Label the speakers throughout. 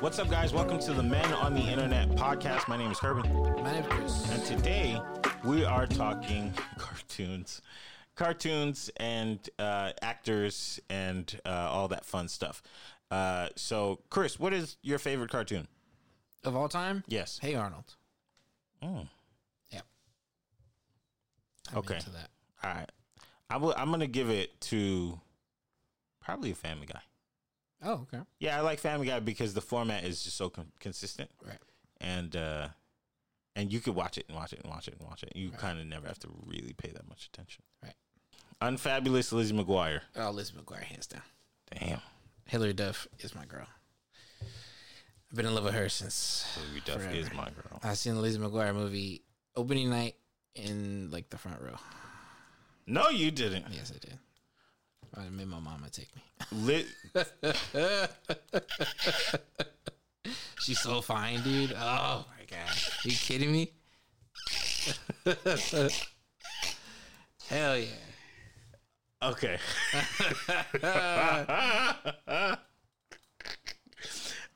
Speaker 1: What's up, guys? Welcome to the Men on the Internet podcast. My name is Kirby,
Speaker 2: My name is Chris.
Speaker 1: and today we are talking cartoons, cartoons, and uh, actors, and uh, all that fun stuff. Uh, so, Chris, what is your favorite cartoon?
Speaker 2: Of all time?
Speaker 1: Yes.
Speaker 2: Hey Arnold.
Speaker 1: Mm,
Speaker 2: Yep. I'm
Speaker 1: Okay.
Speaker 2: Into that.
Speaker 1: all right, I will. I'm gonna give it to probably a Family Guy.
Speaker 2: Oh, okay.
Speaker 1: Yeah, I like Family Guy because the format is just so con- consistent,
Speaker 2: Right.
Speaker 1: and uh, and you could watch it and watch it and watch it and watch it. You kind of never have to really pay that much attention.
Speaker 2: Right.
Speaker 1: Unfabulous Lizzie McGuire.
Speaker 2: Oh, Liz McGuire, hands down.
Speaker 1: Damn.
Speaker 2: Hillary Duff is my girl. I've been in love with her since
Speaker 1: Hillary Duff
Speaker 2: Forever.
Speaker 1: is my girl.
Speaker 2: I seen the Liz McGuire movie opening night in like the front row.
Speaker 1: No, you didn't.
Speaker 2: Yes, I did. I made my mama take me.
Speaker 1: Li-
Speaker 2: She's so fine, dude. Oh my god. Are you kidding me? Hell yeah.
Speaker 1: okay.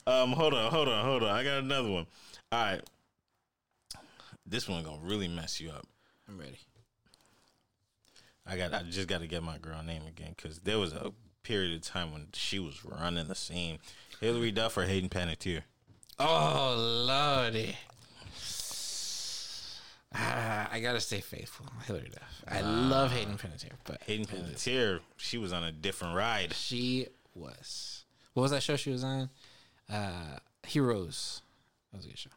Speaker 1: um, hold on, hold on, hold on. I got another one. All right. This one gonna really mess you up.
Speaker 2: I'm ready.
Speaker 1: I got. I just got to get my girl name again because there was a period of time when she was running the scene. Hillary Duff or Hayden Panettiere.
Speaker 2: Oh lordy. Ah, I gotta stay faithful, Hillary Duff. I love Hayden Panettiere, but
Speaker 1: Hayden Panettiere. She was on a different ride.
Speaker 2: she was. What was that show she was on? Uh, Heroes. That was a good show.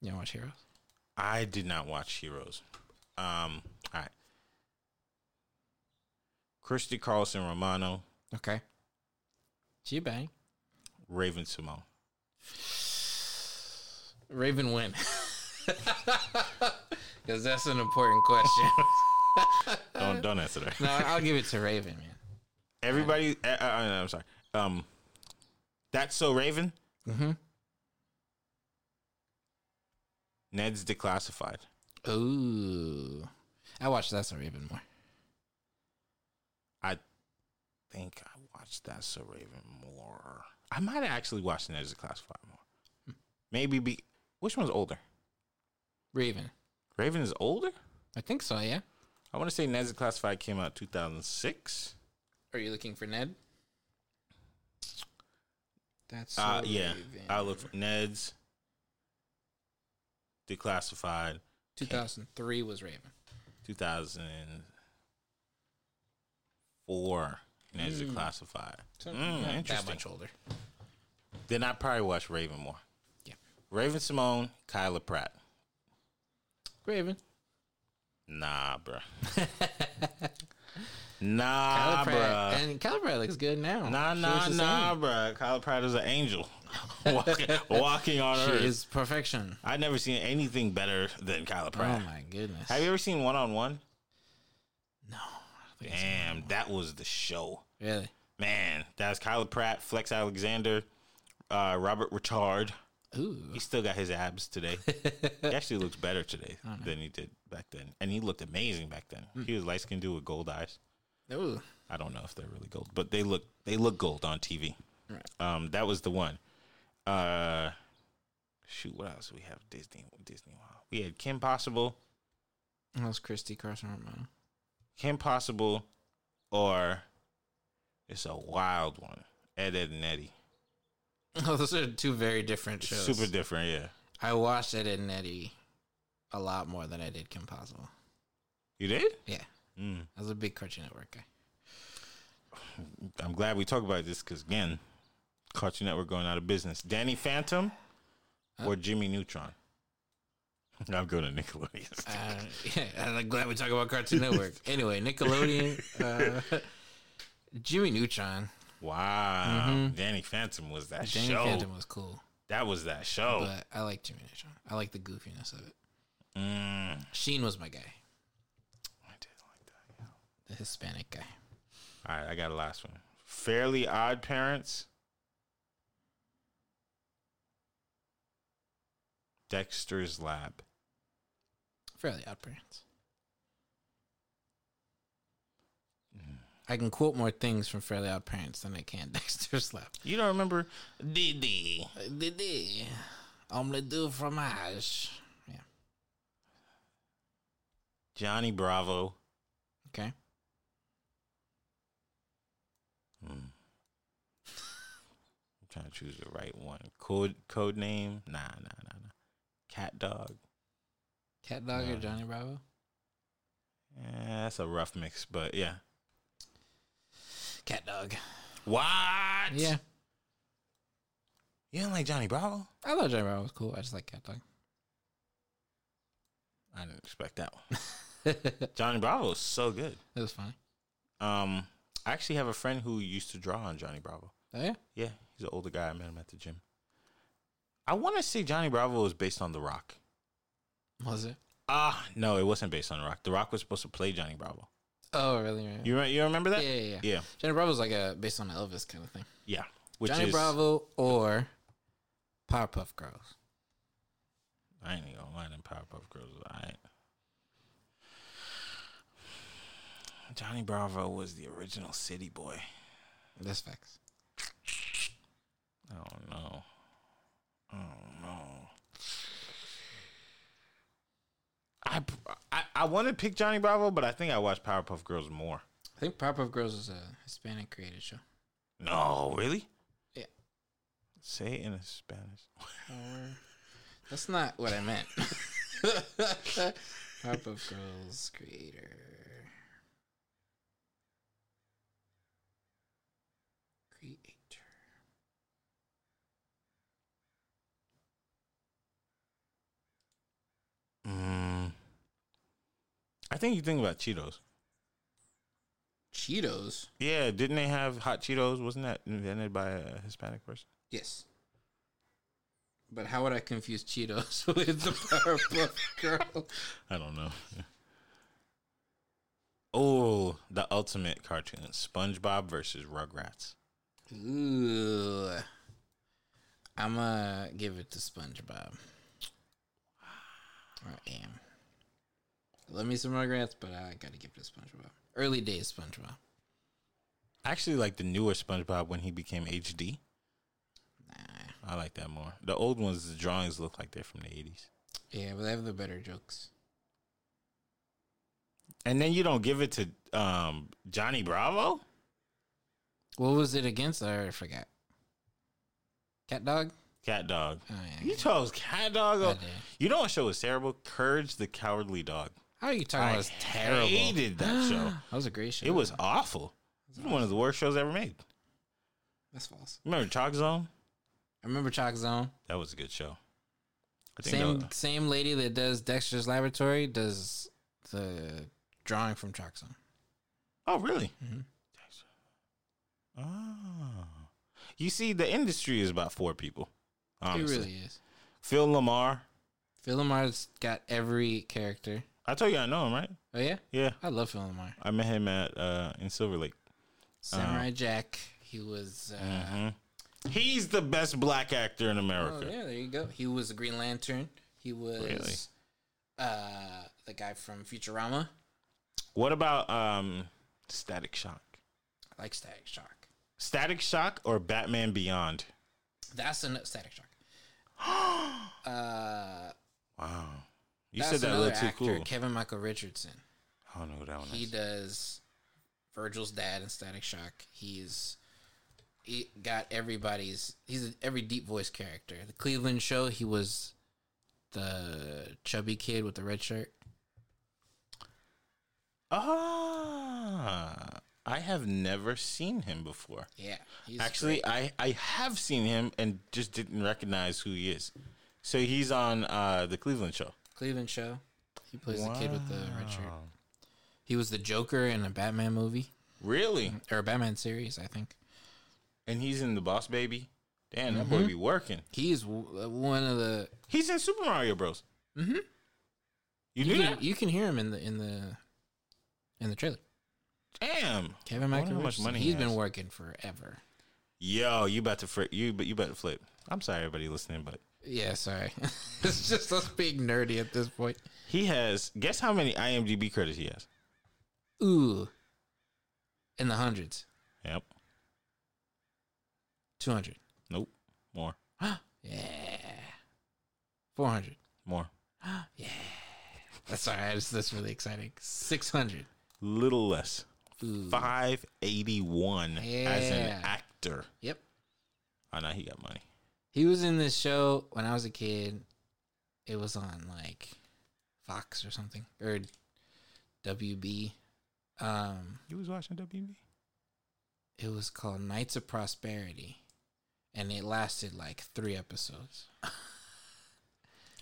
Speaker 2: You ever watch Heroes?
Speaker 1: I did not watch Heroes. Um. All right. Christy Carlson Romano,
Speaker 2: Okay. She a bang.
Speaker 1: Raven Simone.
Speaker 2: Raven win. Because that's an important question. Uh.
Speaker 1: Don't don't answer that.
Speaker 2: no, I'll give it to Raven, man.
Speaker 1: Everybody. Uh, uh, uh, I'm sorry. Um. That's so Raven.
Speaker 2: Mm-hmm.
Speaker 1: Ned's declassified.
Speaker 2: Ooh. I watched That's a Raven more.
Speaker 1: I think I watched that so Raven more. I might have actually watched Ned's Classified more. Maybe be which one's older?
Speaker 2: Raven.
Speaker 1: Raven is older.
Speaker 2: I think so, yeah.
Speaker 1: I want to say Ned's Classified came out two thousand six.
Speaker 2: Are you looking for Ned? That's So
Speaker 1: Uh, yeah,
Speaker 2: Raven.
Speaker 1: I look for Ned's Declassified
Speaker 2: 2003 was Raven.
Speaker 1: two thousand four. Ned's Declassified.
Speaker 2: So
Speaker 1: Mm,
Speaker 2: not Hmm. that
Speaker 1: interesting.
Speaker 2: much older.
Speaker 1: Then I probably watched Raven more.
Speaker 2: Yeah.
Speaker 1: Raven Simone, Kyla Pratt.
Speaker 2: Raven.
Speaker 1: Nah, bruh. nah,
Speaker 2: Kyla Pratt.
Speaker 1: Ah, bruh.
Speaker 2: And Kyla Pratt looks good now.
Speaker 1: Nah,
Speaker 2: She
Speaker 1: nah,
Speaker 2: was the
Speaker 1: nah, bruh. Kyla Pratt is an angel walking, walking on
Speaker 2: same.
Speaker 1: earth.
Speaker 2: She is perfection.
Speaker 1: I've never seen anything better than Kyla
Speaker 2: Oh
Speaker 1: Pratt.
Speaker 2: my goodness.
Speaker 1: Have you ever seen One on One?
Speaker 2: No. I don't think I saw-
Speaker 1: Damn, that was the show.
Speaker 2: Really?
Speaker 1: Man, that's Kyla Pratt, Flex Alexander, uh, Robert Richard.
Speaker 2: Ooh.
Speaker 1: He still got his abs today. he actually looks better today than he did back then. And he looked amazing back then.
Speaker 2: Hmm.
Speaker 1: He was light skinned dude with gold eyes.
Speaker 2: Ooh.
Speaker 1: I don't know if they're really gold, but they look they look gold on TV. Um, that was the one. Uh, shoot, what else we have? Disney Disney Wild. We had Kim Possible,
Speaker 2: That was Christy Carson Romano.
Speaker 1: Kim Possible, or it's a wild one. Ed, Ed and Eddie.
Speaker 2: Oh, those are two very different shows.
Speaker 1: Super different, yeah.
Speaker 2: I watched Ed and Eddie a lot more than I did Kim Possible.
Speaker 1: You did?
Speaker 2: Yeah.
Speaker 1: Mm.
Speaker 2: I was a big Cartoon Network guy.
Speaker 1: I'm glad we talked about this because again, Cartoon Network going out of business. Danny Phantom or Jimmy Neutron. I'm going to Nickelodeon.
Speaker 2: Uh, yeah, I'm glad we talk about Cartoon Network. anyway, Nickelodeon, uh, Jimmy Neutron,
Speaker 1: Wow, Danny Phantom was that
Speaker 2: Mm-hmm. Danny
Speaker 1: show. Oh.
Speaker 2: Phantom was cool,
Speaker 1: That was that show.
Speaker 2: but I like Jimmy Neutron. I like the goofiness of it.
Speaker 1: Mm. I
Speaker 2: Sheen was my guy,
Speaker 1: did like that.
Speaker 2: the Hispanic guy.
Speaker 1: All right, I got a last one. Fairly Odd Parents Dexter's Lab.
Speaker 2: Fairly Odd Parents. I can quote more things from Fairly Odd Parents than I can Dexter's Lab.
Speaker 1: You don't remember DD?
Speaker 2: Didi, omelette du fromage. Yeah.
Speaker 1: Johnny Bravo.
Speaker 2: Okay.
Speaker 1: I'm Hmm. trying to choose the right one. Code code name? Nah, nah, nah, nah. Cat Dog.
Speaker 2: Cat Dog or
Speaker 1: No.
Speaker 2: Johnny Bravo?
Speaker 1: Eh, that's a rough mix, but yeah.
Speaker 2: Cat Dog.
Speaker 1: What?
Speaker 2: Yeah.
Speaker 1: You don't like Johnny Bravo?
Speaker 2: I thought Johnny Bravo was cool. I just like Cat Dog.
Speaker 1: I didn't expect that one.
Speaker 2: it
Speaker 1: Johnny Bravo is so good.
Speaker 2: was funny.
Speaker 1: Um, I actually have a friend who used to draw on Johnny Bravo.
Speaker 2: Oh, yeah?
Speaker 1: Yeah, he's an older guy. I met him at the gym. I want to say Johnny Bravo was based on The Rock.
Speaker 2: Was it?
Speaker 1: Ah, no, it wasn't based on The Rock. The Rock was supposed to play Johnny Bravo.
Speaker 2: Oh, really? really?
Speaker 1: You re- you remember
Speaker 2: yeah,
Speaker 1: that?
Speaker 2: yeah, yeah,
Speaker 1: yeah.
Speaker 2: Johnny Bravo's like a based on Elvis kind of thing.
Speaker 1: yeah. Which
Speaker 2: Johnny
Speaker 1: is,
Speaker 2: Bravo or Powerpuff Girls.
Speaker 1: I ain't even gonna lie, them Powerpuff Girls. I Johnny Bravo was the original City Boy.
Speaker 2: That's facts.
Speaker 1: I don't know. I don't know. I I, I want to pick Johnny Bravo, but I think I watched Powerpuff Girls more.
Speaker 2: I think Powerpuff Girls is a Hispanic created show.
Speaker 1: No, really?
Speaker 2: Yeah.
Speaker 1: Say it in Spanish.
Speaker 2: Or- That's not what I meant. Powerpuff Girls creator. Creator.
Speaker 1: Mm. I think you think about Cheetos.
Speaker 2: Cheetos?
Speaker 1: Yeah, didn't they have hot Cheetos? Wasn't that invented by a Hispanic person?
Speaker 2: Yes. But how would I confuse Cheetos with the Powerpuff Girls?
Speaker 1: I don't know. oh, the ultimate cartoon SpongeBob versus Rugrats.
Speaker 2: Ooh. I'm going to give it to SpongeBob. I am. Love me some Rugrats, but I got to give it to SpongeBob. Early days SpongeBob.
Speaker 1: I actually like the newer SpongeBob when he became HD.
Speaker 2: Nah.
Speaker 1: I like that more. The old ones, the drawings look like they're from the 80s.
Speaker 2: Yeah, but they have the better jokes.
Speaker 1: And then you don't give it to um, Johnny Bravo?
Speaker 2: What was it against? I already forgot. Cat Dog?
Speaker 1: Cat Dog.
Speaker 2: Oh, yeah.
Speaker 1: You chose Cat Dog.
Speaker 2: I
Speaker 1: o-
Speaker 2: did.
Speaker 1: You know what show was terrible? Courage the Cowardly Dog.
Speaker 2: How are you talking
Speaker 1: I
Speaker 2: about? It's terrible.
Speaker 1: hated that show.
Speaker 2: That was a great show.
Speaker 1: It was awful. It was one of the worst shows ever made.
Speaker 2: That's false.
Speaker 1: Remember Chalk Zone?
Speaker 2: I remember Chalk Zone.
Speaker 1: That was a good show. I think
Speaker 2: Same
Speaker 1: that was-
Speaker 2: same lady that does Dexter's Laboratory does the drawing from Chalk Zone.
Speaker 1: oh, really?
Speaker 2: Mhm.
Speaker 1: Oh. You see, the industry is about four people. Honestly.
Speaker 2: It really is.
Speaker 1: Phil Lamar.
Speaker 2: Phil Lamar's got every character.
Speaker 1: I told you I know him, right?
Speaker 2: Oh yeah,
Speaker 1: Yeah.
Speaker 2: I love Phil Lamar.
Speaker 1: I met him at uh, in Silver Lake.
Speaker 2: Samurai
Speaker 1: Oh.
Speaker 2: Jack. He was. Uh,
Speaker 1: Mm, Mm-hmm. He's the best black actor in
Speaker 2: Oh
Speaker 1: America.
Speaker 2: yeah, there you go. He was the Green Lantern. He was
Speaker 1: Really?
Speaker 2: uh, the guy from Futurama.
Speaker 1: What about um, Static Shock?
Speaker 2: I like Static Shock.
Speaker 1: Static Shock or Batman Beyond?
Speaker 2: That's an Static Shock. uh,
Speaker 1: Wow. You
Speaker 2: that's
Speaker 1: said that a
Speaker 2: another
Speaker 1: little too
Speaker 2: actor,
Speaker 1: cool.
Speaker 2: Kevin Michael Richardson.
Speaker 1: I don't know who that one
Speaker 2: He
Speaker 1: is.
Speaker 2: does Virgil's dad in Static Shock. He's he got everybody's. He's a- every deep voice character. The Cleveland show. He was the chubby kid with the red shirt.
Speaker 1: Ah, I have never seen him before.
Speaker 2: Yeah, he's
Speaker 1: Actually, I, I have seen him and just didn't recognize who he is. So he's on uh, the Cleveland show.
Speaker 2: Cleveland show. He plays the kid with the red shirt.
Speaker 1: Wow.
Speaker 2: He was the Joker in a Batman movie
Speaker 1: Really?
Speaker 2: or a Batman series, I think.
Speaker 1: And he's in the Boss Baby. Damn, that boy be working.
Speaker 2: He is w- uh, one of the
Speaker 1: He's in Super Mario Bros.
Speaker 2: Mhm.
Speaker 1: You
Speaker 2: you
Speaker 1: knew
Speaker 2: can,
Speaker 1: that?
Speaker 2: you can hear him in the in the in the trailer.
Speaker 1: Damn.
Speaker 2: Kevin
Speaker 1: I wonder
Speaker 2: Michael
Speaker 1: how much
Speaker 2: Richardson.
Speaker 1: money
Speaker 2: Money
Speaker 1: he
Speaker 2: he's been
Speaker 1: has.
Speaker 2: working forever.
Speaker 1: Yo, you about to flip? You but you about to flip? I'm sorry, everybody listening, but
Speaker 2: Yeah, sorry. it's just us being nerdy at this point.
Speaker 1: He has guess how many IMDb credits he has?
Speaker 2: Ooh. In the hundreds.
Speaker 1: Yep.
Speaker 2: 200.
Speaker 1: Nope. More.
Speaker 2: Yeah. 400.
Speaker 1: More.
Speaker 2: That's all right. It's, that's really exciting. 600.
Speaker 1: Little less.
Speaker 2: Ooh.
Speaker 1: Five eighty one as an
Speaker 2: Yeah.
Speaker 1: actor.
Speaker 2: Yep.
Speaker 1: I know he got money.
Speaker 2: He was in this show when I was a kid. It was on like Fox or something or WB. Um,
Speaker 1: You was watching WB?
Speaker 2: it was called Knights of Prosperity, and it lasted like three episodes.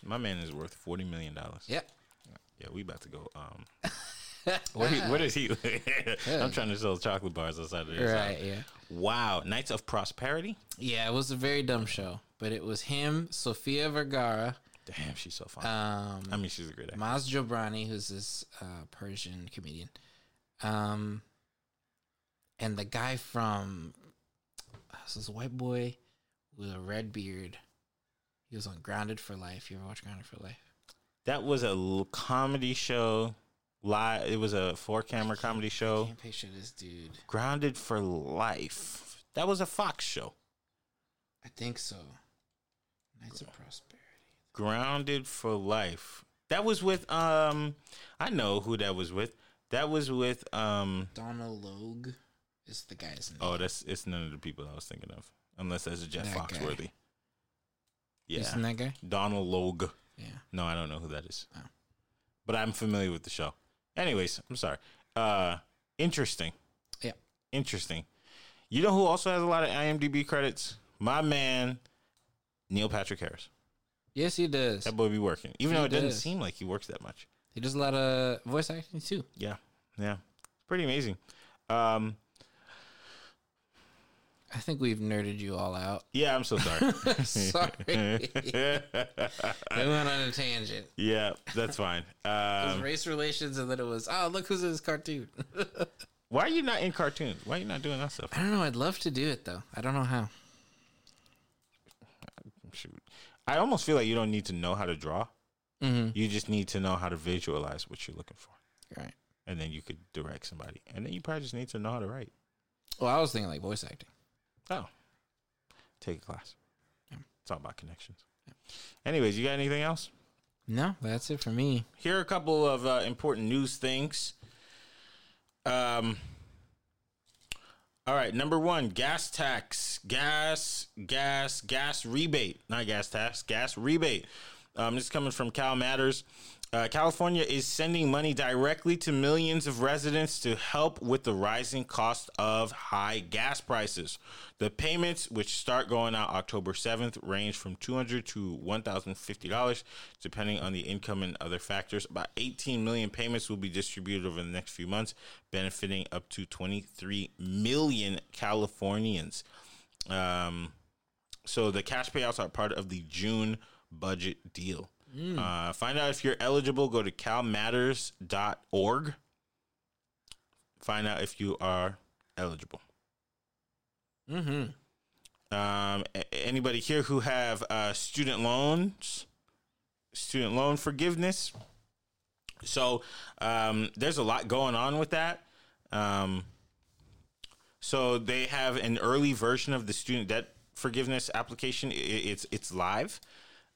Speaker 1: My man is worth forty million dollars.
Speaker 2: Yep.
Speaker 1: Yeah, we about to go. Um, what, he- what is he? I'm trying to sell chocolate bars outside of this.
Speaker 2: Right. Yeah.
Speaker 1: Wow, Knights of Prosperity.
Speaker 2: Yeah. It was a very dumb show, but it was him, Sofia Vergara,
Speaker 1: Damn, she's so fine.
Speaker 2: um,
Speaker 1: I mean, she's a great actor.
Speaker 2: Maz Jobrani, who's this uh, Persian comedian, um, and the guy from this is a white boy with a red beard. He was on Grounded for Life. You ever watch Grounded for Life?
Speaker 1: That was a l- comedy show. Live. It was a four-camera comedy show.
Speaker 2: Can't picture this dude.
Speaker 1: Grounded for Life. That was a Fox show.
Speaker 2: I think so. Knights of Prosperity.
Speaker 1: Grounded for Life. That was with um. I know who that was with. That was with um.
Speaker 2: Donald Logue is the guy's name.
Speaker 1: Oh, that's it's none of the people I was thinking of, unless that's a Jeff
Speaker 2: That guy.
Speaker 1: Foxworthy. Yeah,
Speaker 2: Isn't that guy?
Speaker 1: Donald Logue.
Speaker 2: Yeah.
Speaker 1: No, I don't know who that is.
Speaker 2: Oh.
Speaker 1: But I'm familiar with the show. Anyways, I'm sorry. Uh interesting.
Speaker 2: Yeah.
Speaker 1: Interesting. You know who also has a lot of IMDb credits? My man Neil Patrick Harris.
Speaker 2: Yes, he does.
Speaker 1: That boy be working. Even
Speaker 2: He
Speaker 1: though it doesn't
Speaker 2: does.
Speaker 1: seem like he works that much.
Speaker 2: He does a lot of voice acting too.
Speaker 1: Yeah. Yeah. Pretty amazing. Um
Speaker 2: I think we've nerded you all out.
Speaker 1: yeah, I'm so sorry.
Speaker 2: Sorry. we went on a tangent.
Speaker 1: yeah, that's fine.
Speaker 2: It was
Speaker 1: Um,
Speaker 2: race relations, and then it was, oh, look who's in this cartoon.
Speaker 1: why are you not in cartoons? Why are you not doing that stuff?
Speaker 2: I don't know. I'd love to do it, though. I don't know how.
Speaker 1: Shoot. I almost feel like you don't need to know how to draw.
Speaker 2: Mm-hmm.
Speaker 1: You just need to know how to visualize what you're looking for.
Speaker 2: Right.
Speaker 1: And then you could direct somebody. And then you probably just need to know how to write.
Speaker 2: Well, I was thinking like voice acting.
Speaker 1: Oh. Take a class. It's all about connections. Anyways, you got anything else?
Speaker 2: No, that's it for me.
Speaker 1: Here are a couple of uh, important news things. Um, all right, number one, gas tax, gas, gas, gas rebate, not gas tax, gas rebate. Um, this is coming from Cal Matters. Uh, California is sending money directly to millions of residents to help with the rising cost of high gas prices. The payments, which start going out October 7th, range from $200 to $1,050, depending on the income and other factors. About 18 million payments will be distributed over the next few months, benefiting up to 23 million Californians. Um, so the cash payouts are part of the June budget deal. Uh, find out if you're eligible. Go to calmatters.org. Find out if you are eligible.
Speaker 2: Mm-hmm.
Speaker 1: Um, a- anybody here who have uh, student loans, student loan forgiveness? So um, there's a lot going on with that. Um, so they have an early version of the student debt forgiveness application. I- I- It's it's live.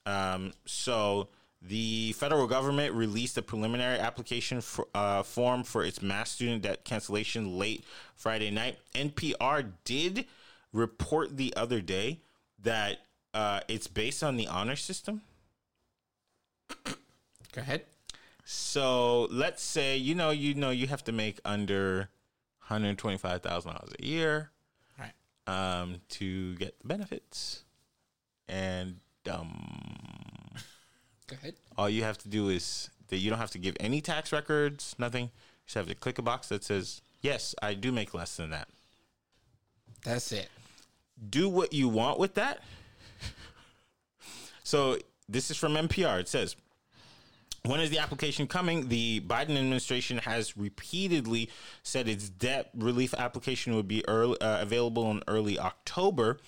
Speaker 1: Um, so the federal government released a preliminary application for, uh, form for its mass student debt cancellation late Friday night. NPR did report the other day that uh, it's based on the honor system.
Speaker 2: Go ahead.
Speaker 1: So let's say you know you know you have to make under one hundred twenty five thousand dollars a year
Speaker 2: All right.
Speaker 1: um, to get the benefits. And um,
Speaker 2: Go ahead.
Speaker 1: all you have to do is that you don't have to give any tax records, nothing. You just have to click a box that says, Yes, I do make less than that.
Speaker 2: That's it.
Speaker 1: Do what you want with that. So this is from NPR. It says When is the application coming? The Biden administration has repeatedly said its debt relief application would be early, uh, available in early October.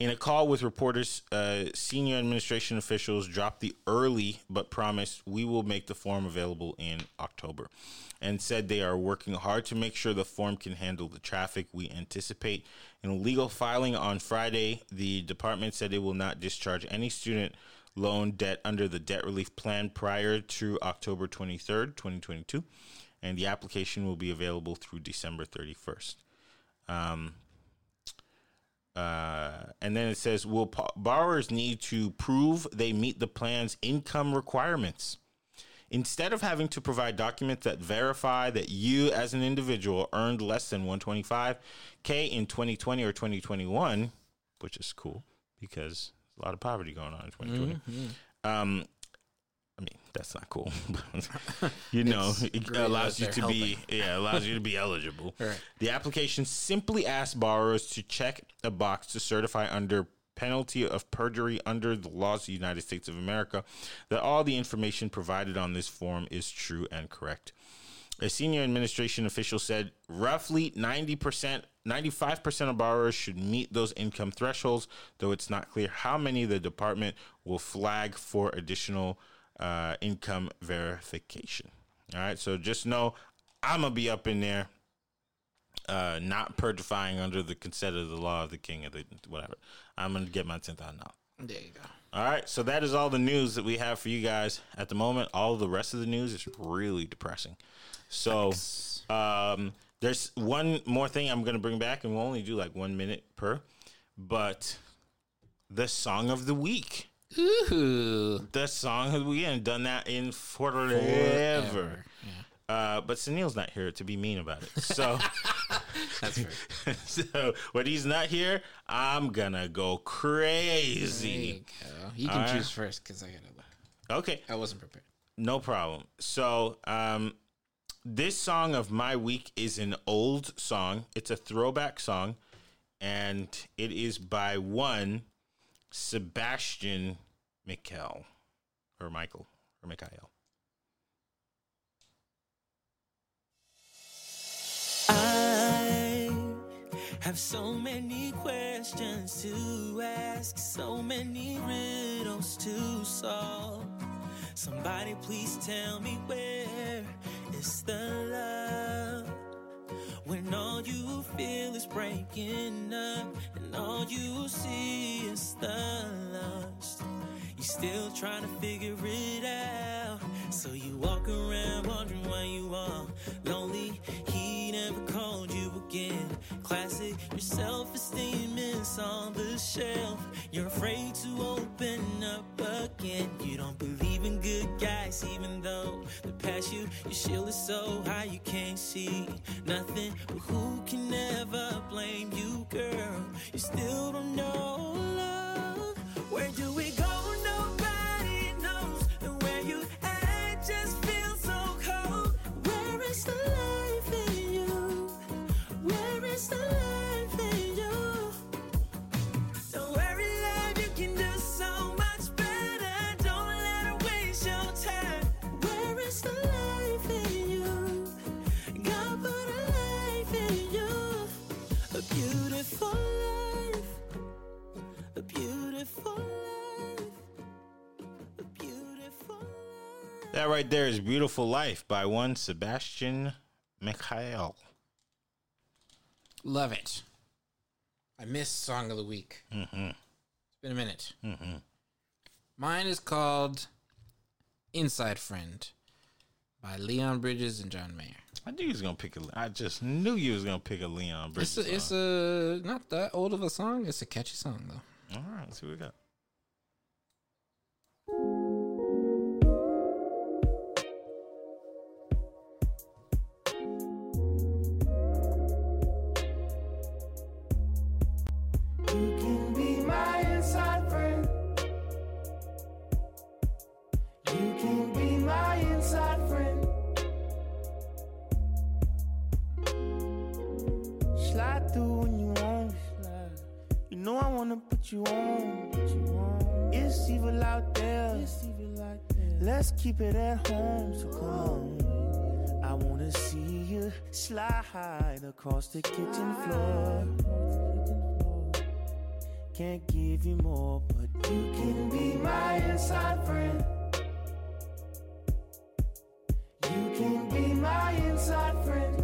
Speaker 1: In a call with reporters, uh, senior administration officials dropped the early but promised we will make the form available in October and said they are working hard to make sure the form can handle the traffic we anticipate. In a legal filing on Friday, the department said it will not discharge any student loan debt under the debt relief plan prior to October 23rd, 2022, and the application will be available through December 31st. Um, uh, and then it says, will po- borrowers need to prove they meet the plan's income requirements? Instead of having to provide documents that verify that you as an individual earned less than 125K in 2020 or 2021, which is cool because there's a lot of poverty going on in 2020.
Speaker 2: Mm-hmm.
Speaker 1: Um, I mean, that's not cool. you know,
Speaker 2: It's
Speaker 1: it
Speaker 2: great
Speaker 1: allows
Speaker 2: that
Speaker 1: you
Speaker 2: they're
Speaker 1: to be yeah, it allows you to be eligible.
Speaker 2: Right.
Speaker 1: The application simply asks borrowers to check a box to certify under penalty of perjury under the laws of the United States of America that all the information provided on this form is true and correct. A senior administration official said roughly 90%, 95% of borrowers should meet those income thresholds, though it's not clear how many the department will flag for additional uh, income verification. All right, so just know I'm going to be up in there uh, not purifying under the consent of the law of the king of the whatever. I'm going to get my 10th out now.
Speaker 2: There you go.
Speaker 1: All right, so that is all the news that we have for you guys at the moment. All the rest of the news is really depressing. So, um, there's one more thing I'm going to bring back, and we'll only do like one minute per. But the song of the week,
Speaker 2: Ooh.
Speaker 1: the song of the week, and done that in forever. Uh, but Sunil's not here to be mean about it. So,
Speaker 2: That's fair.
Speaker 1: so when he's not here, I'm gonna go
Speaker 2: There you
Speaker 1: crazy.
Speaker 2: go. You can choose first because I gotta look.
Speaker 1: Okay,
Speaker 2: I wasn't prepared.
Speaker 1: No problem. So, um, this song of my week is an old song. It's a throwback song, and it is by one Sebastian Michael or Michael or Michael.
Speaker 3: I have so many questions to ask, so many riddles to solve. Somebody please tell me where is the love when all you feel is breaking up and all you see is the lust. You still trying to figure it out, so you walk around wondering why you are lonely. He never called you again. Classic, your self-esteem is on the shelf. You're afraid to open up again. You don't believe in good guys, even though the past you you shield is so high you can't see nothing. But who can ever blame you, girl? You still don't know love. Where do we go? Nobody knows. And where you at just feels so cold. Where is the life in you? Where is the life in you? Don't worry, love, you can do so much better. Don't let her waste your time. Where is the life in you? God put a life in you. A beautiful life. A beautiful life. A beautiful life.
Speaker 1: That right there is Beautiful Life by one Sebastian Michael.
Speaker 2: Love it. I missed Song of the Week. It's been a minute. Mine is called Inside Friend by Leon Bridges and John Mayer.
Speaker 1: I knew you was gonna pick a. I just knew you was gonna pick a Leon Bridges.
Speaker 2: It's a, it's a not that old of a song. It's a catchy song though.
Speaker 1: All right, let's see what we got.
Speaker 4: You can be my inside friend. You can be my inside friend. Slide through when you want. Slide. You know I wanna put you on. Put you on. It's evil out there. It's evil out there.
Speaker 3: Let's keep it at home, so come on. I wanna see you slide across the kitchen floor. Can't give you more, but you can be my inside friend. You can be my inside friend.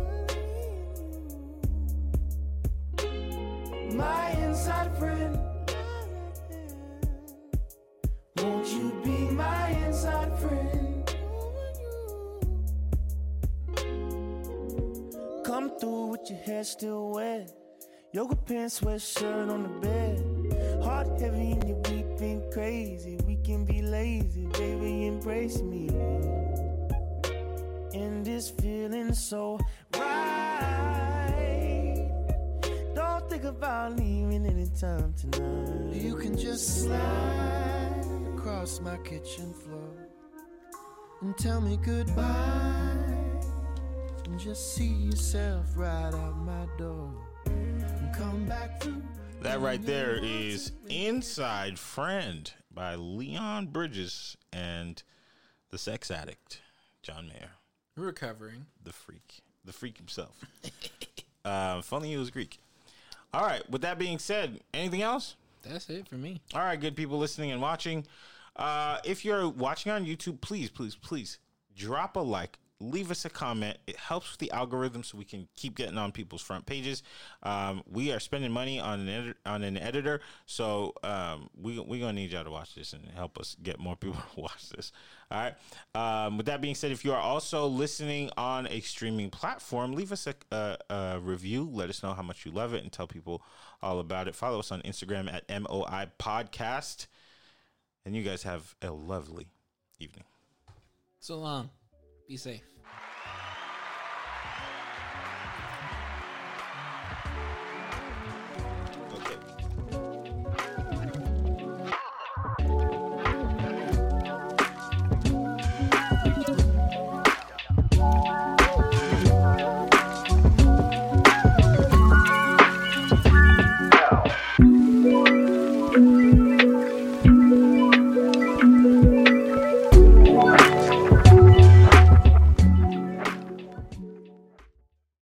Speaker 3: My inside friend. Won't you be my inside friend? Come through with your hair still wet. Yoga pants, sweatshirt on the bed. Heart heavy and you're weeping crazy. We can be lazy, baby, embrace me. And it's feeling so right. Don't think about leaving anytime tonight.
Speaker 5: You can just slide across my kitchen floor and tell me goodbye. And just see yourself right out my door and come back through.
Speaker 1: That right there is Inside Friend by Leon Bridges and the sex addict, John Mayer,
Speaker 2: Recovering.
Speaker 1: the freak, the freak himself. uh, funny he was Greek. All right, with that being said, anything else?
Speaker 2: That's it for me.
Speaker 1: All right, good people listening and watching. Uh, if you're watching on YouTube, please, please, please drop a like, leave us a comment. It helps with the algorithm so we can keep getting on people's front pages. Um, we are spending money on an edit- on an editor, so um, we we're gonna need y'all to watch this and help us get more people to watch this. All right. Um, with that being said, if you are also listening on a streaming platform, leave us a, a, a review. Let us know how much you love it and tell people all about it. Follow us on Instagram at MOI Podcast. And you guys have a lovely evening.
Speaker 2: So long. Be safe.